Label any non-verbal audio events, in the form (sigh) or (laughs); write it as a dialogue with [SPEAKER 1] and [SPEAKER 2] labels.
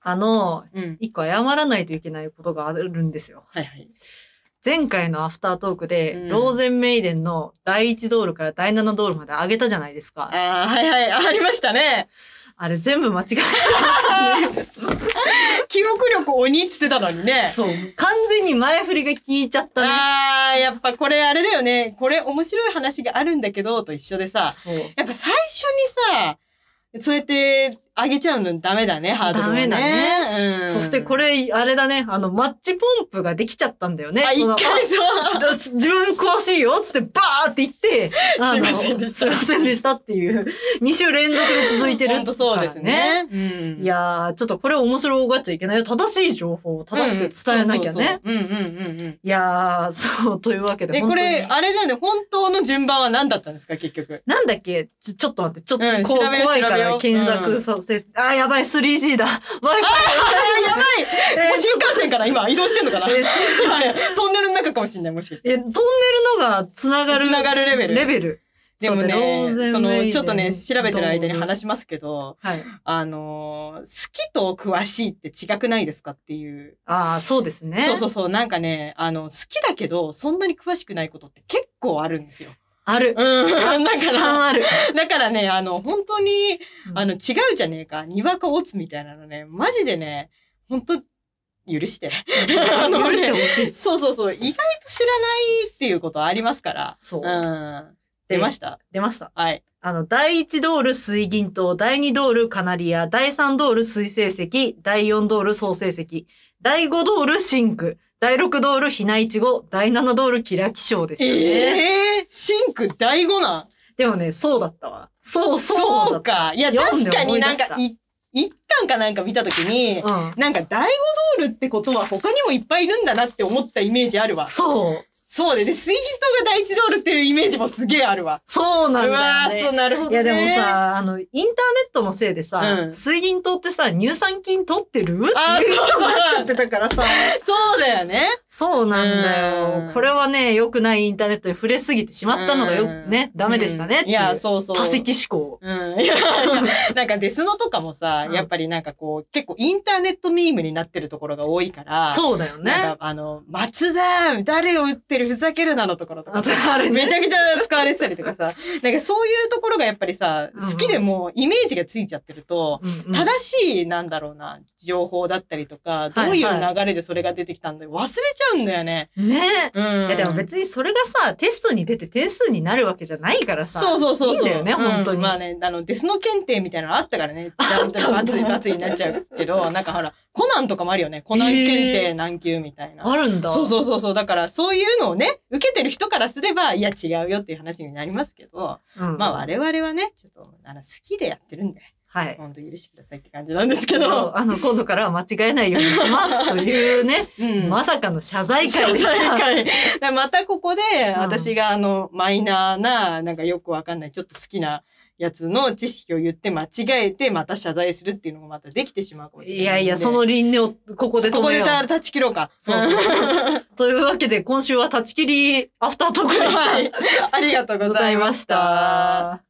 [SPEAKER 1] あの、
[SPEAKER 2] うん。
[SPEAKER 1] 一個謝らないといけないことがあるんですよ。
[SPEAKER 2] はいはい。
[SPEAKER 1] 前回のアフタートークで、
[SPEAKER 2] うん
[SPEAKER 1] ローゼンメイデンの第1ドールから第7ドールまで上げたじゃないですか。
[SPEAKER 2] ああ、はいはい。ありましたね。
[SPEAKER 1] あれ全部間違え
[SPEAKER 2] 記憶力鬼っつってたのに
[SPEAKER 1] た。
[SPEAKER 2] ね。
[SPEAKER 1] そう。完全に前振りが効いちゃったね。
[SPEAKER 2] ああ、やっぱこれあれだよね。これ面白い話があるんだけど、と一緒でさ。
[SPEAKER 1] そう。
[SPEAKER 2] やっぱ最初にさ、そうやって上げちゃうのダメだね、ハードルをね。
[SPEAKER 1] ダメ
[SPEAKER 2] ね。うん、
[SPEAKER 1] そしてこ
[SPEAKER 2] れ、
[SPEAKER 1] れ、あれだね、あの、マッチポンプができちゃったんだよね。
[SPEAKER 2] あ、一
[SPEAKER 1] その
[SPEAKER 2] 回そう。
[SPEAKER 1] あ自分詳しいよっつってバーって言って、あ
[SPEAKER 2] すいませんでした
[SPEAKER 1] すいませんでしたっていう、2週連続で続いてる
[SPEAKER 2] 本当そうで
[SPEAKER 1] か
[SPEAKER 2] す
[SPEAKER 1] ら。
[SPEAKER 2] ね。うん
[SPEAKER 1] いやー、ちょっとこれ面白がっちゃいけないよ。正しい情報を正しく伝えなきゃね。。
[SPEAKER 2] うんそうそうそううんうんうんうん。
[SPEAKER 1] いやー、そう、というわけで。
[SPEAKER 2] え、
[SPEAKER 1] 本
[SPEAKER 2] こ
[SPEAKER 1] 当に
[SPEAKER 2] れ、あれだよね、本当の順番は何だったんですか、結
[SPEAKER 1] (laughs)
[SPEAKER 2] 局。
[SPEAKER 1] なんだっけちょちょっと待って、ちょっと
[SPEAKER 2] うん
[SPEAKER 1] こう
[SPEAKER 2] 調べよう
[SPEAKER 1] 怖いか
[SPEAKER 2] 調べよ
[SPEAKER 1] ら
[SPEAKER 2] う
[SPEAKER 1] 検索させ、あー、やばい、3G だ。Wi-Fi。
[SPEAKER 2] ああ、やばい
[SPEAKER 1] え
[SPEAKER 2] も
[SPEAKER 1] ー
[SPEAKER 2] う新幹線から今移動してんのかな
[SPEAKER 1] えー
[SPEAKER 2] はいトンネルの中かもしれない、もしかして。
[SPEAKER 1] え、トンネルのが繋がる。
[SPEAKER 2] 繋がるレベル
[SPEAKER 1] レベル。
[SPEAKER 2] でも
[SPEAKER 1] そう
[SPEAKER 2] ね、
[SPEAKER 1] ローゼン
[SPEAKER 2] そ
[SPEAKER 1] メイデ
[SPEAKER 2] の、
[SPEAKER 1] ン
[SPEAKER 2] ちょっとね、調べてる間に話しますけど、
[SPEAKER 1] はい。
[SPEAKER 2] あのー、好きと詳しいって違くないですかっていう。
[SPEAKER 1] ああ、そうですね。
[SPEAKER 2] そうそうそう、なんかね、あの、好きだけど、そんなに詳しくないことって結構あるんですよ。
[SPEAKER 1] ある。
[SPEAKER 2] うん。だか
[SPEAKER 1] たくさん
[SPEAKER 2] ら、
[SPEAKER 1] ある。
[SPEAKER 2] だからね、あの、本当に、
[SPEAKER 1] うん
[SPEAKER 2] あの、違うじゃねえか、にわかオツみたいなのね、マジでね、本当許して。あの
[SPEAKER 1] 許してほ
[SPEAKER 2] ね
[SPEAKER 1] しい。
[SPEAKER 2] そうそうそう、意外と知らないっていうことありますから。
[SPEAKER 1] そう
[SPEAKER 2] うん。出ました
[SPEAKER 1] 出ました。
[SPEAKER 2] はい。
[SPEAKER 1] あの、第1ドール水銀灯、第2ドールカナリア、第3ドール水成石、第4ドール総成石、第5ドールシンク、第6ドールひないちご、第7ドールキラキショウでしたね。
[SPEAKER 2] ええー、シンク第5なん
[SPEAKER 1] でもね、そうだったわ。そうそう
[SPEAKER 2] そ
[SPEAKER 1] だっ
[SPEAKER 2] うか。いや、
[SPEAKER 1] 読ん
[SPEAKER 2] 確
[SPEAKER 1] で
[SPEAKER 2] かになんか
[SPEAKER 1] 思、
[SPEAKER 2] い、一旦かなんか見たときに、
[SPEAKER 1] た。うん。
[SPEAKER 2] なんか第5ドールってことは他にもいっぱいいるんだなって思ったイメージあるわ。
[SPEAKER 1] そう。
[SPEAKER 2] そうで、で、水銀灯が第1ドールっていうイメージもすげえあるわ。
[SPEAKER 1] そうなん
[SPEAKER 2] うわ
[SPEAKER 1] だ
[SPEAKER 2] ー、
[SPEAKER 1] よ
[SPEAKER 2] そう、
[SPEAKER 1] ね。
[SPEAKER 2] なるほど、
[SPEAKER 1] い
[SPEAKER 2] ね。
[SPEAKER 1] やでも、さ、あの、インターネットのせいでさ、
[SPEAKER 2] うん
[SPEAKER 1] 水銀灯ってさ、乳酸菌取ってるっていう人に
[SPEAKER 2] あ
[SPEAKER 1] な
[SPEAKER 2] ー
[SPEAKER 1] っ
[SPEAKER 2] そう
[SPEAKER 1] ちゃってたからさ。
[SPEAKER 2] そうだよね。
[SPEAKER 1] そうなんだ
[SPEAKER 2] う
[SPEAKER 1] よ。
[SPEAKER 2] ん
[SPEAKER 1] これはね、良くないインターネットに触れすぎてしまったのがよくね、
[SPEAKER 2] うん
[SPEAKER 1] ダメでしたねってい
[SPEAKER 2] い
[SPEAKER 1] う。
[SPEAKER 2] や、そうそう。
[SPEAKER 1] 多席思考。
[SPEAKER 2] うん、いやいやなんかデスノとかもさ、
[SPEAKER 1] うん
[SPEAKER 2] やっぱりなんかこう、結構インターネットミームになってるところが多いから、
[SPEAKER 1] そうだよね。
[SPEAKER 2] なんかあの、松田、誰を売ってるふざけるなのところと
[SPEAKER 1] あ
[SPEAKER 2] か
[SPEAKER 1] と
[SPEAKER 2] さ、
[SPEAKER 1] あれ
[SPEAKER 2] め
[SPEAKER 1] ね。
[SPEAKER 2] ちゃくちゃ使われてたりとかさ、 (laughs) なんかそういうところがやっぱりさ、
[SPEAKER 1] うんうん
[SPEAKER 2] 好きでもイメージがついちゃってると、
[SPEAKER 1] うんうん
[SPEAKER 2] 正しい、なんだろうな、情報だったりとか、ど
[SPEAKER 1] はいう
[SPEAKER 2] いう
[SPEAKER 1] は
[SPEAKER 2] 流れでそれが出てきたんだよ。忘れちゃうんだよね。
[SPEAKER 1] ね
[SPEAKER 2] うん。
[SPEAKER 1] いやでも別にそれがさ、テストに出て点数になるわけじゃないからさ。
[SPEAKER 2] そうそうそうそう。
[SPEAKER 1] いいんだよね、
[SPEAKER 2] うん
[SPEAKER 1] 本当に。
[SPEAKER 2] まあね、あの、デスノ検定みたいなのあったからね。
[SPEAKER 1] あったんだ
[SPEAKER 2] 罰に、罰になっちゃうけ (laughs) ど、なんかほら、コナンとかもあるよね。コナン検定何級みたいな。
[SPEAKER 1] あるんだ。
[SPEAKER 2] そうそうそうそう。だから、そういうのをね、受けてる人からすれば、いや、違うよっていう話になりますけど、
[SPEAKER 1] うん
[SPEAKER 2] まあ、我々はね、ちょっと、あの、好きでやってるんで、
[SPEAKER 1] はい。
[SPEAKER 2] 本当許してくださいって感じなんですけ
[SPEAKER 1] そう
[SPEAKER 2] ど、
[SPEAKER 1] あの、今度からは間違えないようにしますという
[SPEAKER 2] (laughs)
[SPEAKER 1] ね、
[SPEAKER 2] うん
[SPEAKER 1] まさかの謝罪
[SPEAKER 2] 謝
[SPEAKER 1] 会でした。
[SPEAKER 2] 罪会だからまたここで、
[SPEAKER 1] ん
[SPEAKER 2] 私があの、マイナーな、なんかよくわかんない、ちょっと好きなやつの知識を言って間違えて、また謝罪するっていうのもまたできてしまうかもしれない
[SPEAKER 1] い
[SPEAKER 2] んで。
[SPEAKER 1] やいや、その輪廻をここで止
[SPEAKER 2] ここ
[SPEAKER 1] め
[SPEAKER 2] で
[SPEAKER 1] よう。
[SPEAKER 2] 断ち切ろうか。
[SPEAKER 1] そう (laughs) そうというわけで、今週は断ち切りアフタートークでした。
[SPEAKER 2] はい。ありがとうございました。